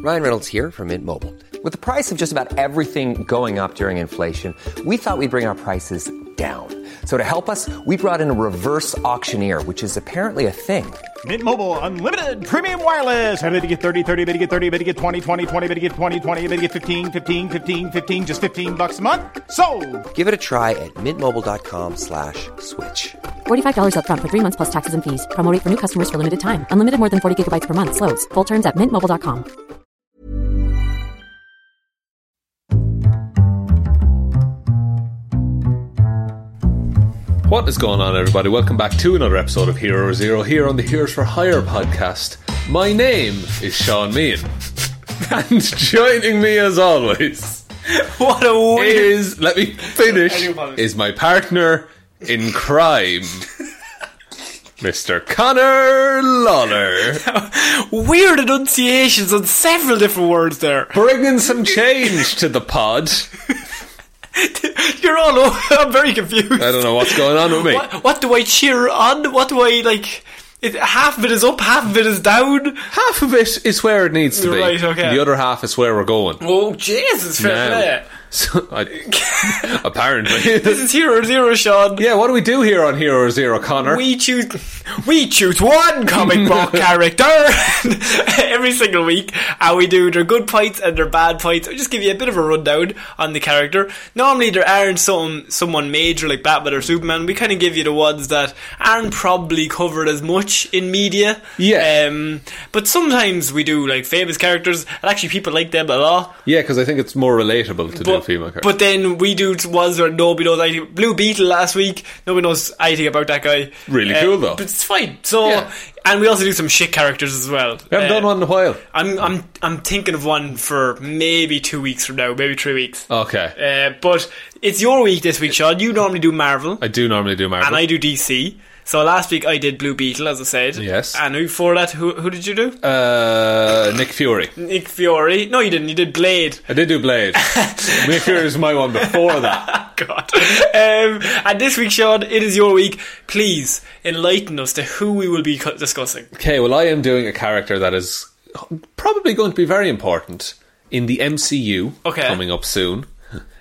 Ryan Reynolds here from Mint Mobile. With the price of just about everything going up during inflation, we thought we'd bring our prices down. So to help us, we brought in a reverse auctioneer, which is apparently a thing. Mint Mobile unlimited premium wireless. Ready to get 30, 30, bit to get 30, bit to get 20, 20, 20, bit to get 20, 20, bit to get 15, 15, 15, 15 just 15 bucks a month. So, Give it a try at mintmobile.com slash switch. $45 up front for three months plus taxes and fees. Promo rate for new customers for limited time. Unlimited more than 40 gigabytes per month. Slows. Full terms at mintmobile.com. What is going on, everybody? Welcome back to another episode of Hero Zero here on the Heroes for Hire podcast. My name is Sean Meehan, and joining me as always What a weird. is let me finish is my partner in crime, Mr. Connor Lawler, Weird enunciations on several different words there. bringing some change to the pod. You're all. o- I'm very confused. I don't know what's going on with me. What, what do I cheer on? What do I like? It, half of it is up, half of it is down. Half of it is where it needs to be. Right, okay. The other half is where we're going. Oh Jesus! Fair Now. play. So, I, apparently. This is Hero Zero, Sean. Yeah, what do we do here on Hero Zero, Connor? We choose, we choose one comic book character every single week, and we do their good points and their bad points. I'll just give you a bit of a rundown on the character. Normally, there aren't some someone major like Batman or Superman. We kind of give you the ones that aren't probably covered as much in media. Yeah. Um, but sometimes we do like famous characters, and actually people like them a lot. yeah, because I think it's more relatable to do female characters. But then we do ones where nobody knows anything. Blue Beetle last week, nobody knows anything about that guy. Uh, Really cool, though. But it's fine. So, Yeah. and we also do some shit characters as well. we haven't Uh, done one in a while. I'm I'm I'm thinking of one for maybe two weeks from now, maybe three weeks. Okay. Uh, but it's your week this week, Sean. You normally do Marvel, I do normally do Marvel. and I do DC. So last week I did Blue Beetle, as I said. Yes. And before that, who who did you do? uh, Nick Fury. Nick Fury. No, you didn't. You did Blade. I did do Blade. Nick Fury was my one before that. God. Um, and this week, Sean, it is your week. Please enlighten us to who we will be cu- discussing. Okay, well, I am doing a character that is probably going to be very important in the MCU Okay. coming up soon.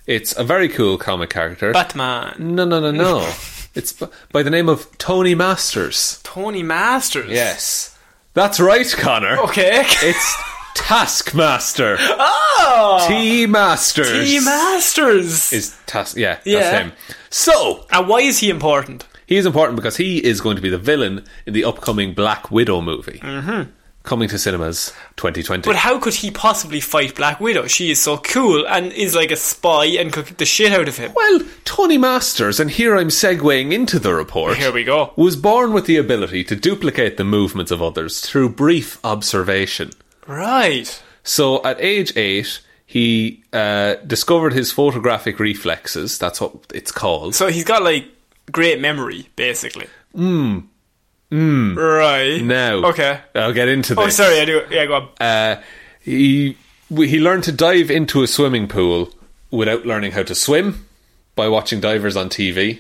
It's a very cool comic character. Batman. no, no, no, no. it's b- by the name of Tony Masters. Tony Masters. Yes. That's right, Connor. Okay. It's Taskmaster. Oh! T Masters. Tony Masters. is task. Yeah, Yeah. that's him. So and why is he important? he is important because he is going to be the villain in the upcoming Black Widow movie, mm-hmm. coming to cinemas 2020. But how could he possibly fight Black Widow? She is so cool and is like a spy and could kick the shit out of him. well, Tony Masters, and here I'm segueing into the report. Here we go. Was born with the ability to duplicate the movements of others through brief observation. Right. So at age eight, he uh, discovered his photographic reflexes. That's what it's called. So he's got like great memory, basically. Mm. Mm. Right. Hmm. now, Okay. I'll get into this. Oh, sorry, I do. Yeah, go on. Uh, he he learned to dive into a swimming pool without learning how to swim by watching divers on TV.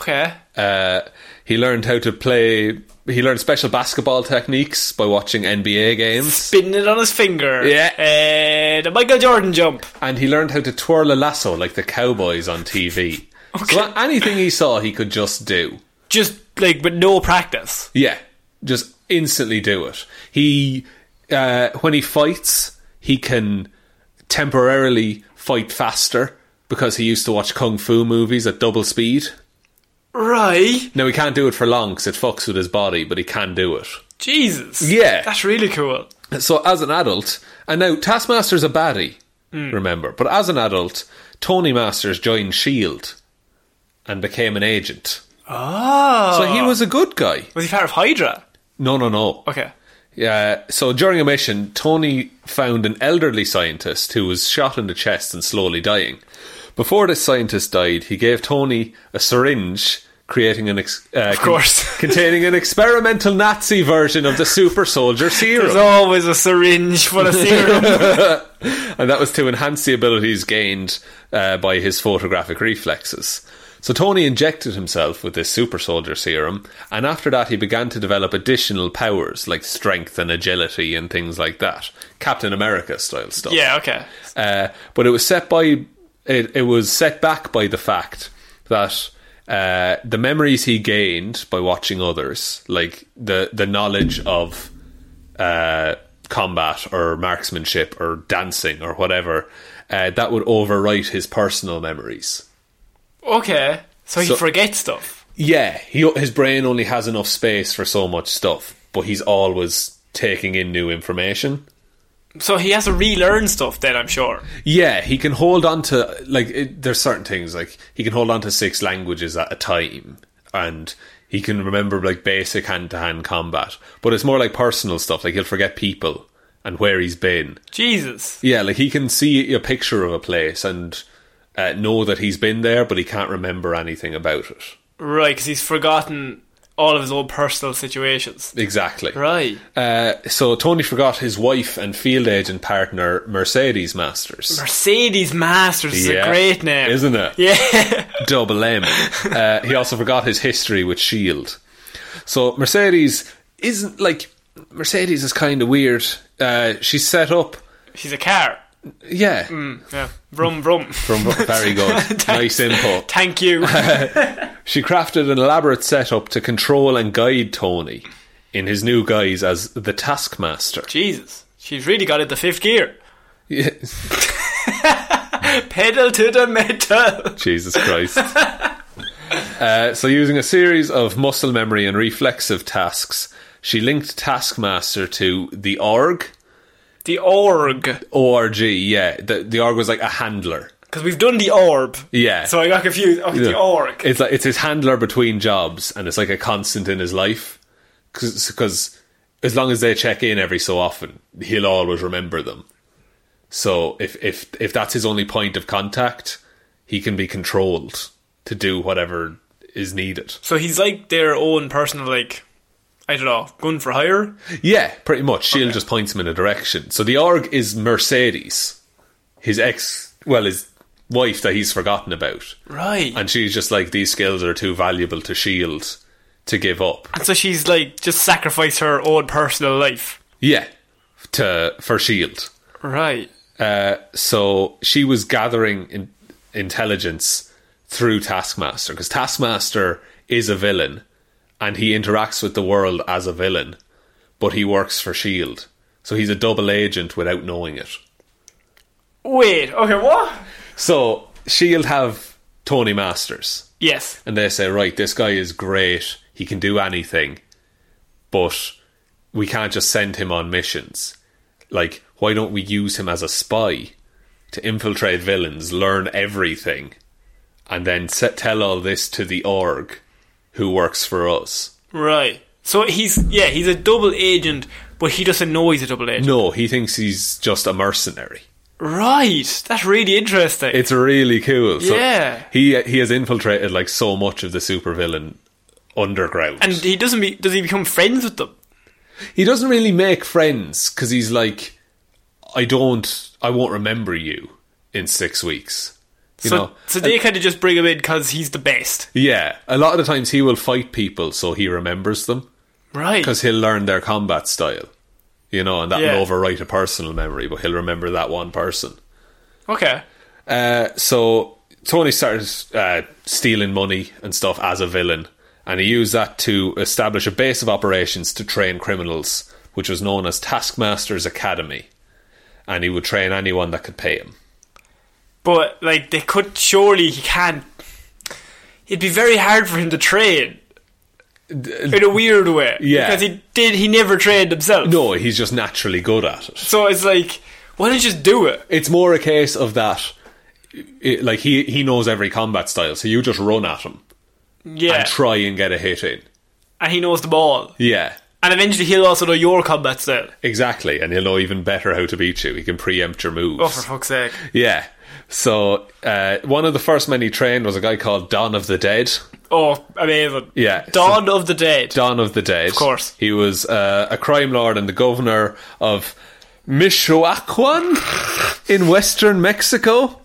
Okay. Uh, he learned how to play. He learned special basketball techniques by watching NBA games, spinning it on his finger. Yeah. Uh, the Michael Jordan jump. and he learned how to twirl a lasso like the cowboys on TV. So anything he saw, he could just do. Just like with no practice. Yeah. just instantly do it. He uh, when he fights, he can temporarily fight faster because he used to watch kung fu movies at double speed. Right. Now he can't do it for long because it fucks with his body, but he can do it. Jesus. Yeah. That's really cool. So as an adult, and now Taskmaster's a baddie, remember. But as an adult, Tony Masters joined Shield E and became an agent. Oh. So he was a good guy. Was he part of Hydra? No, no, no. Okay. Yeah. So during a mission, Tony found an elderly scientist who was shot in the chest and slowly dying. Before this scientist died, he gave Tony a syringe, creating an ex- uh, of course. containing an experimental Nazi version of the super soldier serum. There's always a syringe full of serum. and that was to enhance the abilities gained uh, by his photographic reflexes. So Tony injected himself with this super soldier serum, and after that he began to develop additional powers like strength and agility and things like that, Captain America style stuff. yeah, okay. Uh, but it was set by it, it was set back by the fact that uh, the memories he gained by watching others, like the the knowledge of uh, combat or marksmanship or dancing or whatever, uh, that would overwrite his personal memories. Okay. So he So- forgets stuff. Yeah, he, his brain only has enough space for so much stuff, but he's always taking in new information. So he has to relearn stuff then, I'm sure. Yeah, he can hold on to like it, there's certain things like he can hold on to six languages at a time, and he can remember like basic hand to hand combat. But it's more like personal stuff. Like he'll forget people and where he's been. Jesus. Yeah, like he can see a picture of a place and uh, know that he's been there, but he can't remember anything about it. Right, because he's forgotten all of his own personal situations. Exactly. Right. Uh, so Tony forgot his wife and field agent partner Mercedes Masters. Mercedes Masters is a great name. isn't it? Yeah. double M. Uh, he also forgot his history with Shield. E So Mercedes isn't like Mercedes is kind of weird. Uh, she's set up, She's a car. yeah, Yeah. Vroom, vroom. from very good, nice input. Thank you. She crafted an elaborate setup to control and guide Tony in his new guise as the Taskmaster. Jesus. She's really got it the fifth gear. Yeah. Pedal to the metal. Jesus Christ. uh, so, using a series of muscle memory and reflexive tasks, she linked Taskmaster to the Org. The org. org yeah the, the org was like a handler Because we've done the orb. yeah So I got confused. Okay, the Yeah. org. it's like it's his handler between jobs and it's like a constant in his life because as long as they check in every so often he'll always remember them so if if if that's his only point of contact he can be controlled to do whatever is needed so he's like their own personal, like, I don't know, gun for hire? yeah pretty much she'll just points him in a direction so the org is mercedes his ex well his wife that he's forgotten about Right. And And she's just like, these skills are too valuable to shield to give up. so she's like, just sacrificed her own personal life. Yeah, to for shield. Right. E Uh, so she was gathering in- intelligence through Taskmaster because Taskmaster is a villain, and he interacts with the world as a villain, but he works for Shield. E So he's a double agent without knowing it. Wait, okay, what? So Shield E have Tony Masters. Yes. and they say, right, this guy is great. He can do anything, but we can't just send him on missions. Like, why don't we use him as a spy to infiltrate villains, learn everything, and then se- tell all this to the org who works for us? Right. So he's, yeah, he's a double agent, but he doesn't know he's a double agent. No, he thinks he's just a mercenary. Right. That's really interesting. It's really cool. So Yeah. he he has infiltrated like so much of the supervillain underground. and he doesn't be, does he become friends with them? he doesn't really make friends because he's like, I don't, I won't remember you in six weeks. You so, know, so they kind of just bring him in because he's the best. yeah. A lot of the times he will fight people so he remembers them Right. because he'll learn their combat style. You know, and that Yeah. will overwrite a personal memory, but he'll remember that one person. Okay. Uh, so Tony started uh, stealing money and stuff as a villain, and he used that to establish a base of operations to train criminals, which was known as Taskmaster's Academy. And he would train anyone that could pay him. But like they could surely he can't. It'd be very hard for him to train in a weird way. Yeah. because he did. He never trained himself. No, he's just naturally good at it. so it's like why don't you just do it? It's more a case of that, it, like he he knows every combat style, so you just run at him Yeah, and try and get a hit in. and he knows them all, Yeah, and eventually he'll also know your combat style. exactly, and he'll know even better how to beat you. He can preempt your moves. Oh, for fuck's sake! Yeah. So uh, one of the first men he trained was a guy called Don of the Dead. Oh, amazing! Yeah, Dawn of the Dead. Don of the Dead. Of course. He was uh, a crime lord and the governor of Michoacan in western Mexico.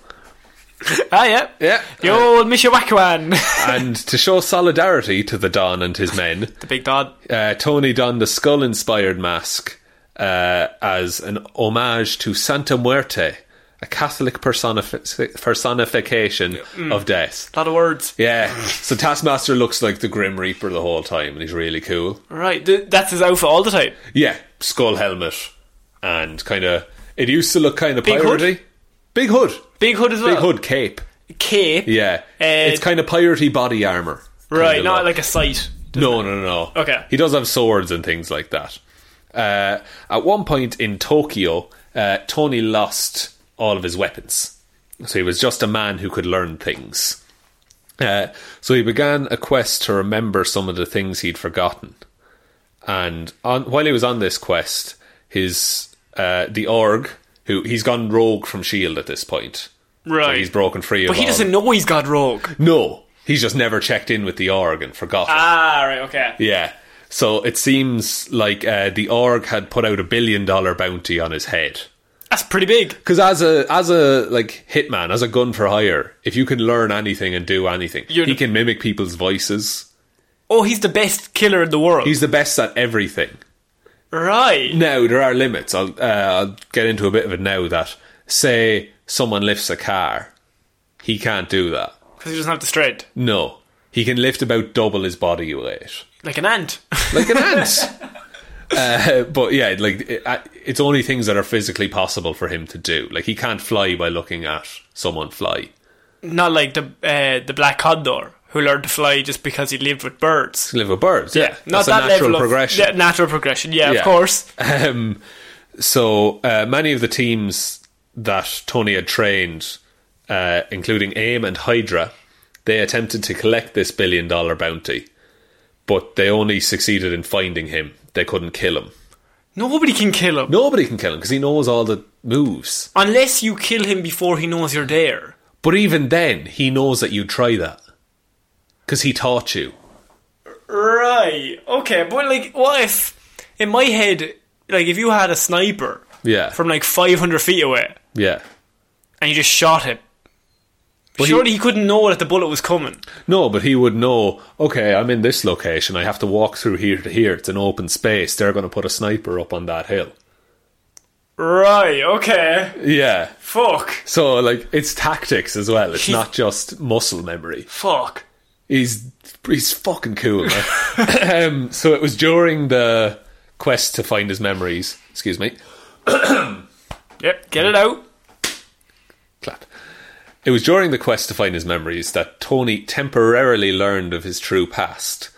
ah, yeah, Yeah. The old Mishawakwan. And to show solidarity to the Don and his men, the big Don. uh, Tony donned the skull inspired mask uh, as an homage to Santa Muerte, a Catholic personifi- personification of death. A lot of words. Yeah. So Taskmaster looks like the Grim Reaper the whole time, and he's really cool. Right, th- that's his outfit all the time. Yeah, skull helmet, and kind of it used to look kind of Big hood? piratey. Big hood, Big hood as well. big hood cape. Cape. Yeah, Uh, it's kind of piratey body armor. Right, kinda not look. like a sight. No, no, no, no. Okay. He does have swords and things like that. Uh, at one point in Tokyo, uh, Tony lost all of his weapons. So he was just a man who could learn things. Uh, so he began a quest to remember some of the things he'd forgotten. And on, while he was on this quest, his uh, the org who he's gone rogue from Shield E at this point. So Right. he's broken free. but of he all- doesn't know he's got rogue. No, he's just never checked in with the org and forgotten. Ah, right, okay. Yeah. So it seems like uh, the org had put out a billion dollar bounty on his head. That's pretty big. Because as a as a like hitman, as a gun for hire, if you can learn anything and do anything, You're he the- can mimic people's voices. Oh, he's the best killer in the world. He's the best at everything. right. Now there are limits. I'll uh, I'll get into a bit of it now. That say someone lifts a car, he can't do that. Because he doesn't have the strength. No, he can lift about double his body weight. Like an ant. like an ant. Uh, but yeah, like it, uh, it's only things that are physically possible for him to do. Like he can't fly by looking at someone fly. Not like the uh, the black condor who learned to fly just because he lived with birds. To live with birds, yeah, that's Not that a natural level of progression. Yeah, natural progression. Yeah, Yeah. of course. Um, so uh, many of the teams that Tony had trained, uh, including AIM and Hydra, they attempted to collect this billion dollar bounty, but they only succeeded in finding him. They couldn't kill him. Nobody can kill him Nobody can kill him because he knows all the moves. unless you kill him before he knows you're there. But even then, he knows that you'd try that. Because he taught you. Right. Okay, but like, what if in my head, like, if you had a sniper Yeah. from like 500 feet away yeah. and you just shot him? Surely he, couldn't know that the bullet was coming. No, but he would know, okay, I'm in this location. I have to walk through here to here. It's an open space. They're going to put a sniper up on that hill. Right. Okay. Yeah. Fuck. So, like, it's tactics as well. It's He's- not just muscle memory. Fuck. He's he's fucking cool. man. um, so it was during the quest to find his memories. Excuse me. Yep. Get it out. Clap. It was during the quest to find his memories that Tony temporarily learned of his true past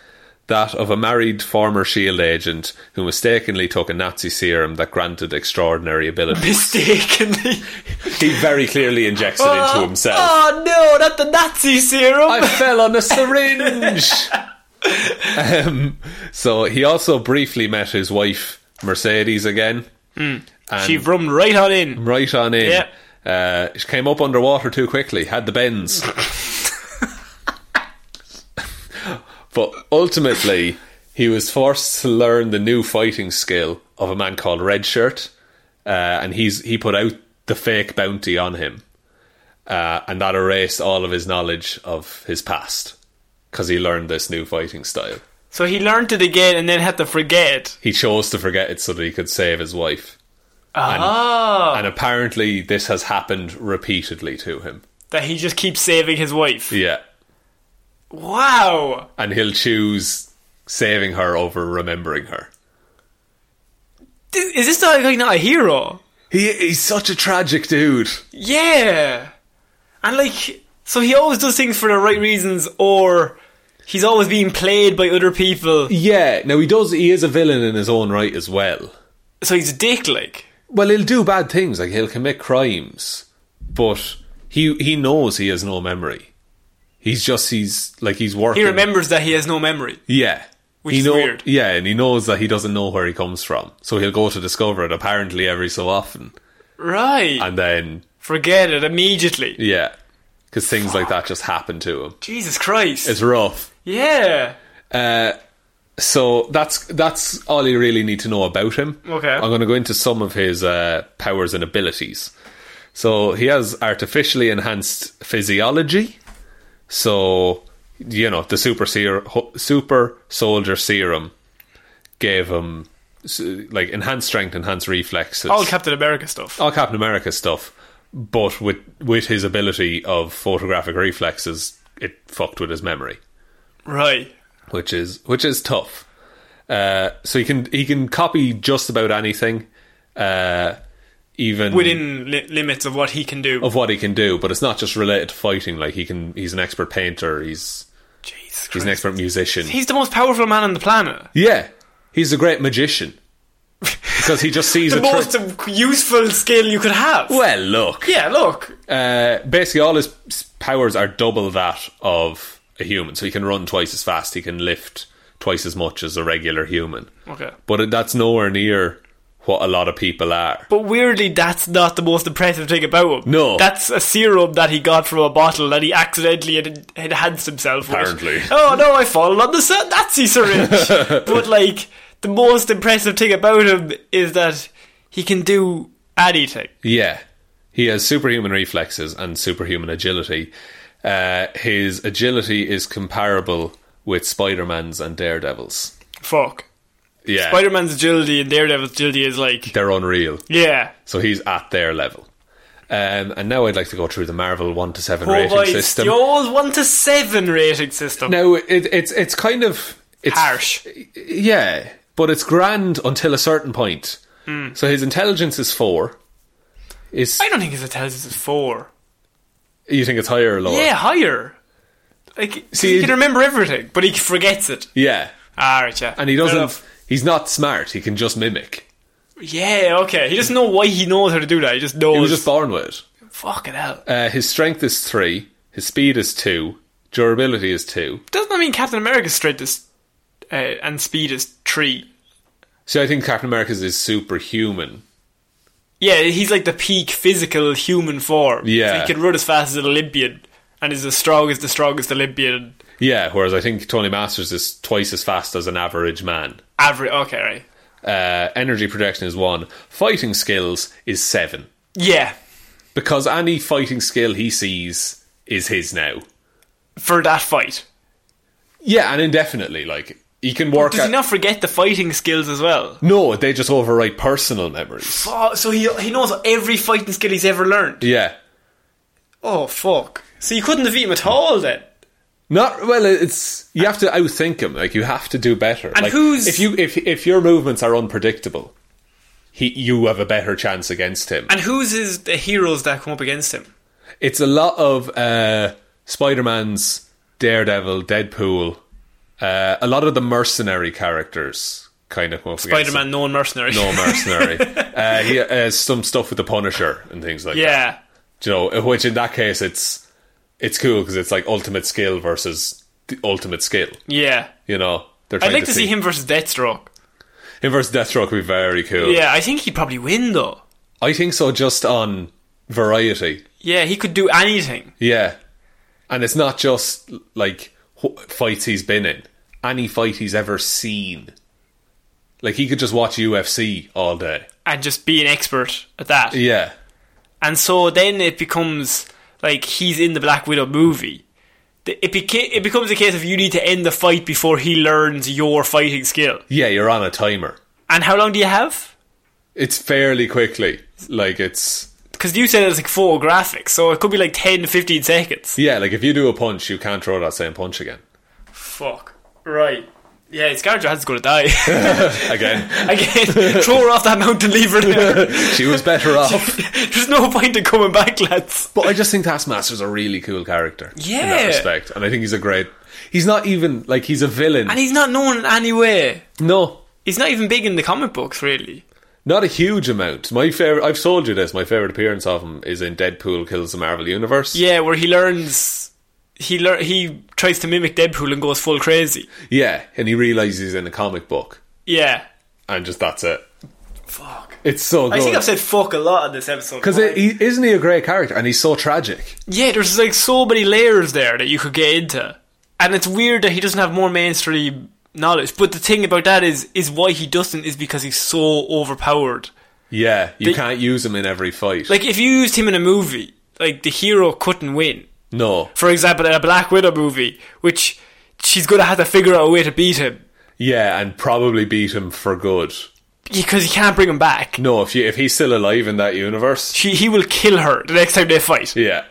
that of a married former SHIELD E agent who mistakenly took a Nazi serum that granted extraordinary abilities. Mistakenly. he very clearly injects it into himself. Oh no! Not the Nazi serum. I fell on a syringe! um, so he also briefly met his wife, Mercedes, again. she rummed right on in. Right on in. Yeah. Uh, she came up underwater too quickly, had the bends. but ultimately, he was forced to learn the new fighting skill of a man called Red Shirt, uh, and he's he put out the fake bounty on him, uh, and that erased all of his knowledge of his past because he learned this new fighting style. So he learned it again and then had to forget. He chose to forget it so that he could save his wife. Ah. And apparently, this has happened repeatedly to him. that he just keeps saving his wife. Yeah. Wow. and he'll choose saving her over remembering her. Th- Is this guy like, not a hero? He he's such a tragic dude. Yeah. And like, so he always does things for the right reasons, or he's always being played by other people. Yeah. Now he does. He is a villain in his own right as well. So he's a dick, like. Well, he'll do bad things. Like he'll commit crimes, but he he knows he has no memory. He's just he's like he's working. He remembers that he has no memory. Yeah. Which he is know- weird. Yeah, and he knows that he doesn't know where he comes from, so he'll go to discover it apparently every so often, Right. and then Forget it immediately. yeah, because things like that just happen to him. Jesus Christ. It's rough. yeah. So that's that's all you really need to know about him. Okay. I'm going to go into some of his uh, powers and abilities. So he has artificially enhanced physiology. So you know the super seer, ho- super soldier serum gave him s- like enhanced strength, enhanced reflexes, All Captain America stuff. all Captain America stuff. But with with his ability of photographic reflexes, it fucked with his memory Right. which is which is tough. Uh, so he can he can copy just about anything, uh, even Within li- limits of what he can do. of what he can do. But it's not just related to fighting. Like he can he's an expert painter. He's Jesus he's Christ. an expert musician. He's the most powerful man on the planet. yeah, he's a great magician because he just sees The a trick. most um, useful skill you could have. well, look. yeah, look. Uh, basically, all his s- powers are double that of a human. So he can run twice as fast. He can lift twice as much as a regular human. Okay. But it- that's nowhere near what a lot of people are. But weirdly, that's not the most impressive thing about him. No. That's a serum that he got from a bottle that he accidentally en- enhanced himself with. Apparently. Oh, no, I fallen on the sa- Nazi syringe. but, like, the most impressive thing about him is that he can do anything. Yeah. He has superhuman reflexes and superhuman agility. Uh, his agility is comparable with Spider Man's and Daredevil's. Fuck. Yeah. Spider Man's agility and Daredevil's agility is like. They're unreal. Yeah. So he's at their level. Um, and now I'd like to go through the Marvel 1 to 7 rating Provides system. the old 1 to 7 rating system. Now, it, it's, it's kind of. It's, Harsh. Yeah. But it's grand until a certain point. So his intelligence is 4. Is Hmm. I don't think his intelligence is 4. You think it's higher or lower? Yeah, higher. Like, See, he can remember everything, but he forgets it. Yeah. Ah, right, yeah. And he Fair doesn't. enough. He's not smart. He can just mimic. Yeah, okay. He doesn't know why he knows how to do that. He just knows. He was just born with it. fucking hell. Uh, his strength is three. His speed is two. Durability is two. doesn't that mean Captain America's strength is uh, and speed is three? So I think Captain America's is superhuman. Yeah, he's like the peak physical human form. Yeah. So he can run as fast as an Olympian and is as strong as the strongest Olympian. Yeah, whereas I think Tony Masters is twice as fast as an average man. Average. Okay, right. Uh, energy projection is one. Fighting skills is seven. Yeah, Because any fighting skill he sees is his now. for that fight. Yeah, and indefinitely. Like, he can work Does out. he not forget the fighting skills as well? no, they just overwrite personal memories. Oh, so he he knows every fighting skill he's ever learned. Yeah. Oh fuck! So you couldn't defeat him at all then. Not well. It's you have to outthink him. Like you have to do better. And like, who's- if you if if your movements are unpredictable, he you have a better chance against him. And who's his the heroes that come up against him? it's a lot of uh, Spider Man's Daredevil, Deadpool, uh, a lot of the mercenary characters kind of come up against Spider Man, him. known mercenary. No mercenary. uh, he has some stuff with the Punisher and things like that. yeah. Do you know, which in that case it's it's cool because it's like ultimate skill versus the ultimate skill. Yeah. You know, they're I'd trying like to see him versus Deathstroke. Him versus Deathstroke would be very cool. Yeah, I think he'd probably win though. I think so. Just on variety, Yeah, he could do anything. yeah. And it's not just like wh- fights he's been in. Any fight he's ever seen, like he could just watch UFC all day. And just be an expert at that. Yeah, And so then it becomes like he's in the Black Widow movie. The- It, beca- it becomes a case of you need to end the fight before he learns your fighting skill. yeah. You're on a timer. And how long do you have? It's fairly quickly. Like it's because you said it was like four graphics, so it could be like 10, 15 seconds. Yeah, like if you do a punch, you can't throw that same punch again. Fuck. Right. Yeah, his character has going to die. Again, Again, throw her off that mountain, leave her there. she was better off. There's no point in coming back, lads. But I just think Taskmaster's a really cool character. In that Yeah. respect. And I think he's a great. He's not even. Like, he's a villain. And he's not known in any way. no. He's not even big in the comic books, really. Not a huge amount. My favorite. I've told you this. My favorite appearance of him is in Deadpool Kills the Marvel Universe. Yeah, where he learns. He lear- he tries to mimic Deadpool and goes full crazy. Yeah, and he realizes he's in a comic book, Yeah. and just that's it. Fuck. It's so good. I think I've said fuck a lot in this episode. because he, isn't he a great character, and he's so tragic. Yeah, there's like so many layers there that you could get into. And it's weird that he doesn't have more mainstream knowledge. But the thing about that is is why he doesn't is because he's so overpowered. Yeah, you They- can't use him in every fight. Like if you used him in a movie, like the hero couldn't win. no, For example, in a Black Widow movie, which she's gonna have to figure out a way to beat him. yeah, and probably beat him for good. Because he can't bring him back. No, if you if he's still alive in that universe, She, he will kill her the next time they fight. yeah,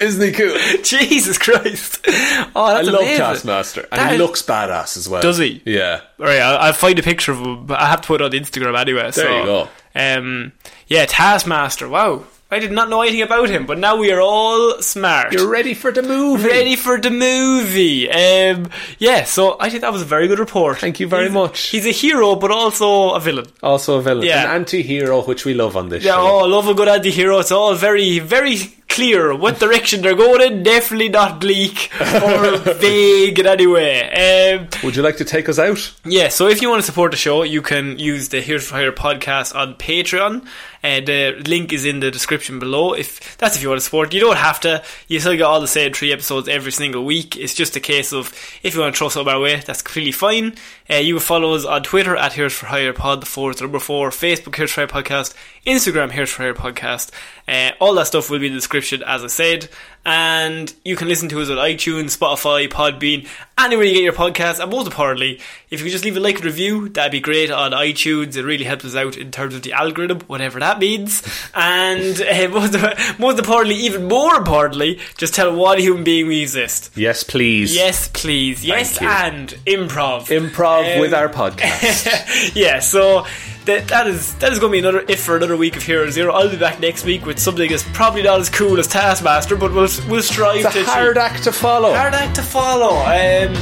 isn't he cool? Jesus Christ! Oh, I that's love amazing. Taskmaster, and That he is- looks badass as well. Does he? Yeah, All right, I'll, I'll find a picture of him. But I have to put it on Instagram anyway. so, you go. Um, yeah, Taskmaster. Wow, I did not know anything about him, but now we are all smart. ready for the movie. ready for the movie. Um, yeah, so I think that was a very good report. Thank you very He's- much. He's a hero, but also a villain. Also a villain, Yeah. an anti-hero, which we love on this Yeah, show. oh, love a good anti-hero. It's all very, very clear what direction they're going in. Definitely not bleak or vague in any way. Um, Would you like to take us out? Yeah, so if you want to support the show, you can use the Here's for Hire podcast on Patreon. Uh, the link is in the description below. If that's if you want to support, you don't have to. You still get all the same three episodes every single week. It's just a case of if you want to throw something our way, that's completely fine. Uh, you can follow us on Twitter at Here's for Hire Pod, the four is the number four, Facebook Here's for Hire Podcast, Instagram Here's for Hire Podcast. Uh, all that stuff will be in the description, as I said. And you can listen to us on iTunes, Spotify, Podbean, anywhere you get your podcasts. And most importantly, if you could just leave a like and review, that'd be great on iTunes. It really helps us out in terms of the algorithm, whatever that means. And uh, most, most importantly, even more importantly, just tell one human being we exist. Yes, please. Yes, please. Yes, you. and improv. Improv Um, with our podcast. yeah, so that, that is that is going to be another if for another week of Hero Zero. I'll be back next week with something that's probably not as cool as Taskmaster, but we'll we'll strive it's to a hard act to follow. hard act to follow. Um,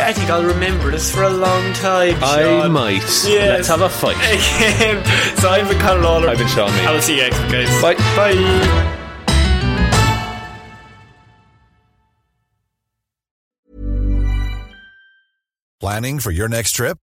I think I'll remember this for a long time. I Sean. might. Let's have a fight. so I've been Conor Lawler. I've been Sean Mead. I will see you next week, guys. Bye. Bye. Planning for your next trip?